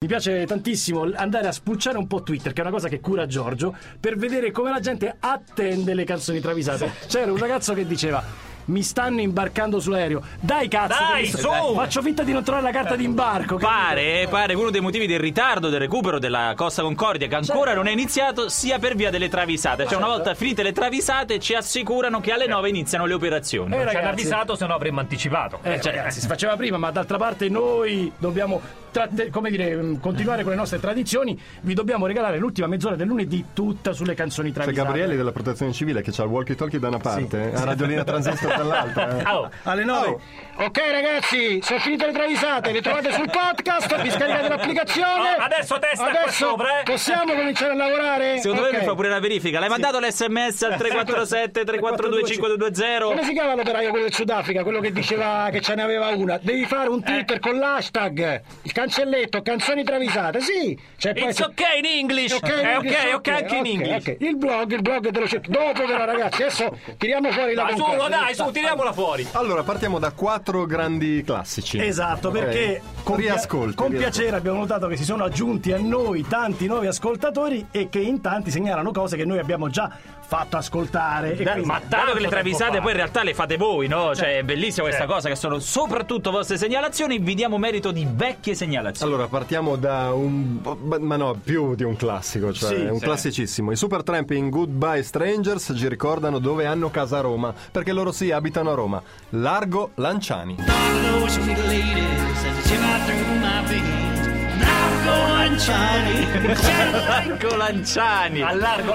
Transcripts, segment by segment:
Mi piace tantissimo andare a spulciare un po' Twitter, che è una cosa che cura Giorgio, per vedere come la gente attende le canzoni travisate. C'era un ragazzo che diceva. Mi stanno imbarcando sull'aereo. Dai cazzo! Dai, che mi sta- su! Faccio finta di non trovare la carta Eh, di imbarco. Pare, eh, pare uno dei motivi del ritardo del recupero della Costa Concordia che ancora non è iniziato sia per via delle travisate. Cioè una volta finite le travisate ci assicurano che alle 9 iniziano le operazioni. Eh, Ci hanno ragazzi. avvisato, se no avremmo anticipato. Eh, cioè, ragazzi, si faceva prima, ma d'altra parte noi dobbiamo tratte- come dire, mh, continuare con le nostre tradizioni. Vi dobbiamo regalare l'ultima mezz'ora del lunedì tutta sulle canzoni C'è travisate. Gabriele della protezione civile che ha il walkie talkie da una parte, la radiolina transistor dall'altra. eh. Oh, Alle 9. Ok ragazzi, se finite le travisate, vi trovate sul podcast, vi scaricate l'applicazione. Ah, Oh, adesso testa qua Adesso sopra, eh. Possiamo cominciare a lavorare? Secondo Ok. me mi fa pure la verifica. L'hai mandato l'SMS al 347 342 Come 520? si chiama l'operaio quello del Sudafrica, quello che diceva che ce n'aveva una? Devi fare un Twitter Eh. con l'hashtag, il cancelletto, canzoni travisate, sì. Cioè, poi It's se- ok in English! Ok, Eh, in ok, English, ok, anche in ok, English. ok. Il blog, il blog te lo cerco. Dopo però ragazzi, adesso tiriamo fuori la Dai, su, concordia. dai, su, tiriamola fuori. Allora, partiamo da quattro grandi classici. Esatto, Ok. perché con, pia- riascolti. con riascolti. piacere abbiamo notato che si sono aggiunti a noi tanti nuovi ascoltatori e che in tanti segnalano cose che noi abbiamo già fatto ascoltare. E quindi- Ma dato che le travisate poi in realtà le fate voi, no? Cioè, è bellissima questa cosa che sono soprattutto vostre segnalazioni. Vi diamo merito di vecchie segnalazioni. Allora, partiamo da un. ma no, più di un classico, cioè Sì, un sì. classicissimo. I Supertramp in Goodbye Strangers ci ricordano dove hanno casa a Roma, perché loro sì abitano a Roma. Largo Lanciani. those sweet ladies as they shimmer through my veins. And I'm going shiny, Marco Ecco, Lanciani. allargo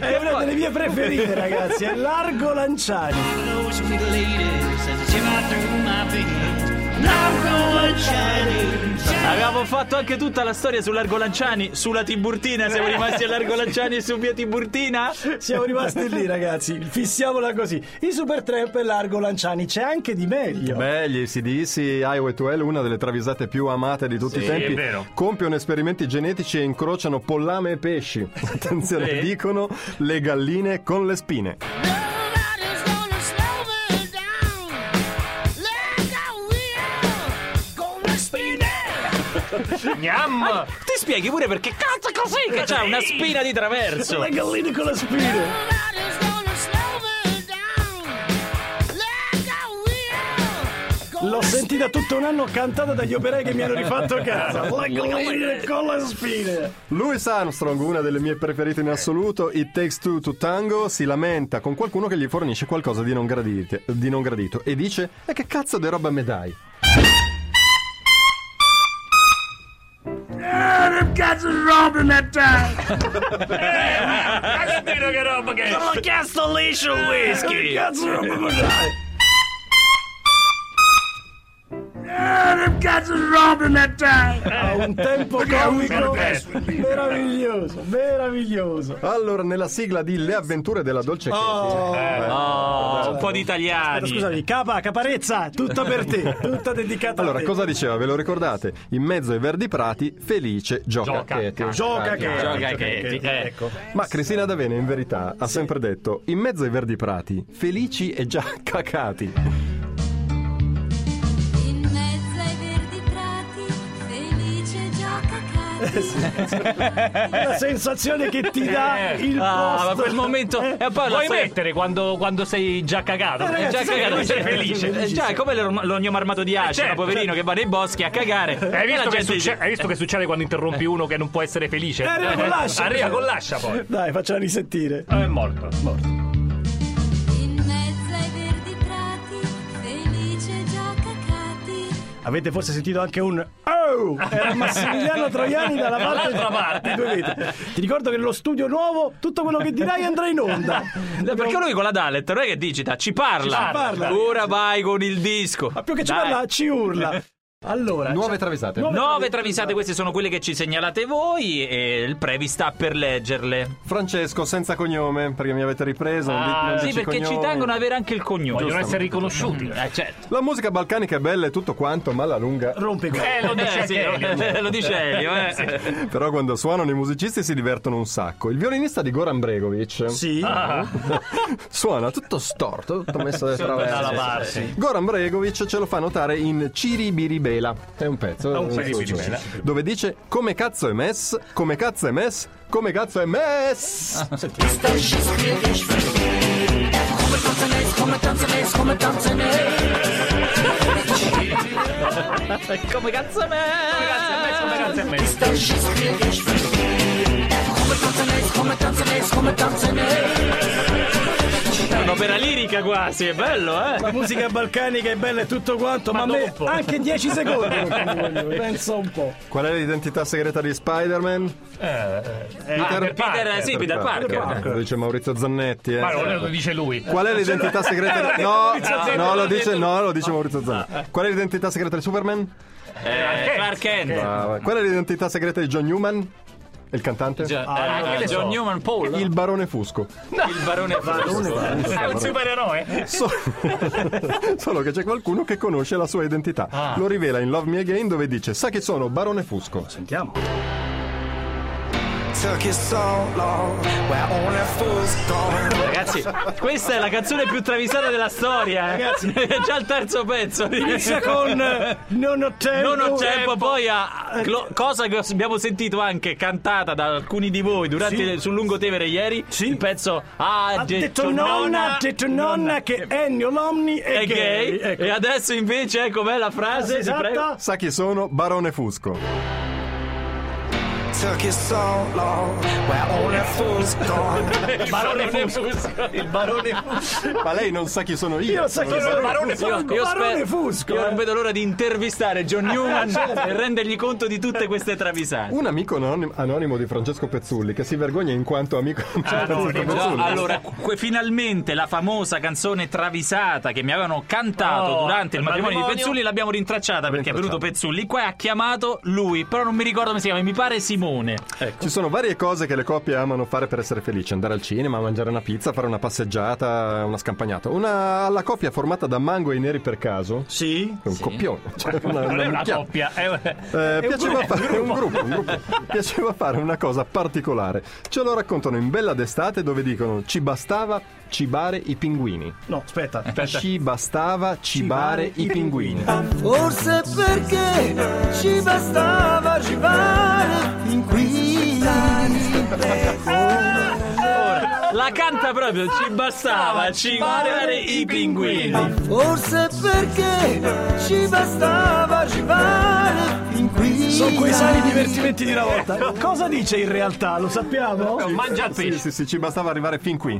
È una delle mie preferite, ragazzi, è Largo Lanciani. those sweet ladies as they shimmer through my veins. And I'm going shiny, Avevamo fatto anche tutta la storia su Largo Lanciani, sulla Tiburtina, siamo rimasti a Largo Lanciani e su via Tiburtina. Siamo rimasti lì, ragazzi. Fissiamola così. I Supertramp e Largo Lanciani, c'è anche di meglio. Beh, gli ACDC Highway to Hell, una delle travisate più amate di tutti i tempi, è vero. compiono esperimenti genetici e incrociano pollame e pesci. Attenzione, Sì. dicono le galline con le spine. Nobody's gonna slow me down. Like I will. Gonna spin it. Gnam! Ti spieghi pure perché cazzo è così che c'ha una spina di traverso. Le galline con la spina. Nobody's gonna slow me down. Like I will. L'ho Gonna sentita tutto un anno cantata dagli operai che mi hanno rifatto a casa. Le galline con la spina. Louis Armstrong, una delle mie preferite in assoluto, It Takes Two to Tango, si lamenta con qualcuno che gli fornisce qualcosa di non, gradite- di non gradito e dice: E che cazzo di roba me dai? Cazzo che roba che è! Che cazzo roba con Ha un tempo comico meraviglioso, meraviglioso. Allora, nella sigla di Le avventure della Dolce Katie. Eh, Oh, un po' di italiani. Scusami, capa, caparezza, tutta per te, tutta dedicata Allora, a te. cosa diceva? Ve lo ricordate? In mezzo ai verdi prati, felice gioca, Katie. Gioca Ah, che Gioca che- eh. ecco. Ma Cristina D'Avena, in verità, ha sempre detto: In mezzo ai verdi prati, felici e già cacati. In mezzo ai verdi prati, felice gioca Eh, cari. La sensazione che ti dà il Ah, posto. ma quel momento. E poi la Vuoi storia- mettere quando, quando sei già Boh, cagato? Eh, È ragazzi, già sai che cagato, lui sei è felice. felice, Eh, È già, è come l'or- l'ognomo armato di Ascia, certo, poverino che va nei boschi a cagare. Hai E la visto, che gente dice- succe- hai visto che succede quando interrompi uno che non può essere felice? Eh, arriva con l'ascia. Arriva con l'ascia poi. Dai, facciala risentire. Eh, È morto. In mezzo ai verdi prati, felice gioca cari. Avete forse sentito anche un Oh! Era Massimiliano Troiani dalla parte, Dall'altra parte. di due metri. Ti ricordo che nello studio nuovo tutto quello che dirai andrà in onda. Perché lui con la Dalet non è che digita, ci parla. Ci parla. Ora vai con il disco. Ma più che ci Dai. parla, ci urla. Allora, Nuove cioè- travisate. nuove Nove travisate, queste sono quelle che ci segnalate voi e il Previ sta per leggerle. Francesco, senza cognome, perché mi avete ripreso. non di- Ah, non Sì, dici perché ci cognomi. tengono ad avere anche il cognome. Vogliono Giusto. essere riconosciuti. Eh, certo. La musica balcanica è bella e tutto quanto, ma alla lunga. Rompe qua. Eh, lo dice Eh, sì, anche Elio. eh, lo dice Elio, eh. Però quando suonano i musicisti si divertono un sacco. Il violinista di Goran Bregovic Sì. suona tutto storto, tutto messo da dalla traverso. parte. Goran Bregovic ce lo fa notare in Ciri Biri Bene, Mela. È un pezzo. un eh, pezzo di sì, sì. Mela. Dove dice come cazzo è mess, come cazzo è mess, come cazzo è mess. Come cazzo me? Grazie a me. È un'opera lirica quasi, è bello, eh? La musica balcanica è bella e tutto quanto, ma, a me Ah, dopo. anche 10 secondi. non conviene, Penso un po'. Qual è l'identità segreta di Spider-Man? Ah, Peter Eh, Peter, sì, Peter Parker. Lo dice Maurizio Zannetti. Eh. Ma non lo dice lui. Qual è l'identità segreta di... No, Zannetti, no, lo l'ha dice, detto. no, lo dice Maurizio Zannetti. Qual è l'identità segreta di Superman? Eh, Clark Kent. Ah, Qual è l'identità segreta di John Newman? Il cantante? Eh, che ne John so. Newman Paul, Il barone Fusco. il barone Fausto. È un supereroe. So- Solo che c'è qualcuno che conosce la sua identità. Lo rivela in Love Me Again dove dice sa chi sono barone Fusco. Sentiamo. Ragazzi, questa è la canzone più travisata della storia. eh. È già il terzo pezzo. Inizia con eh, Non ho tempo. Non ho tempo, poi a glo- cosa che abbiamo sentito anche cantata da alcuni di voi durante Sì. il- sul Lungotevere ieri. Sì. Il pezzo Ah, Ha detto nonna, ha detto nonna che Ennio Lomni è, è gay. Ecco. Esatto. E adesso invece, eh, com'è la frase? Ti prego. Esatta. Sa chi sono barone Fusco. Il barone Fusco. Il barone Ma lei non sa chi sono io. Io so chi sono Barone Fusco. Io, io Barone sper- Fusco. eh. io Certo. non vedo l'ora di intervistare John Newman e rendergli conto di tutte queste travisate. Un amico anonim- anonimo di Francesco Pezzulli che si vergogna in quanto amico di Francesco anonimo. Già, Pezzulli. allora, que- finalmente la famosa canzone travisata che mi avevano cantato Oh, durante il il matrimonio, di matrimonio. Pezzulli l'abbiamo rintracciata perché è venuto Pezzulli qua e ha chiamato lui, però non mi ricordo come si chiama, mi pare Simone. Ecco. Ci sono varie cose che le coppie amano fare per essere felici: andare al cinema, mangiare una pizza, fare una passeggiata, una scampagnata. Una alla coppia formata da mango e neri per caso. Sì. È un coppione. Cioè una, Non è una minchiata. coppia. è un- Eh, piaceva gruppo, fare un gruppo, un gruppo. piaceva fare una cosa particolare. Ce lo raccontano in Bella d'estate dove dicono ci bastava cibare i pinguini. No, aspetta. Ci bastava cibare, i pinguini. Forse perché ci bastava arrivare in qui. La canta proprio, ci bastava cimare i pinguini. Forse perché ci bastava arrivare in qui. Sono quei sani divertimenti di una volta. Cosa dice in realtà? Lo sappiamo? Mangia il pesce. Sì, sì, sì, ci bastava arrivare fin qui.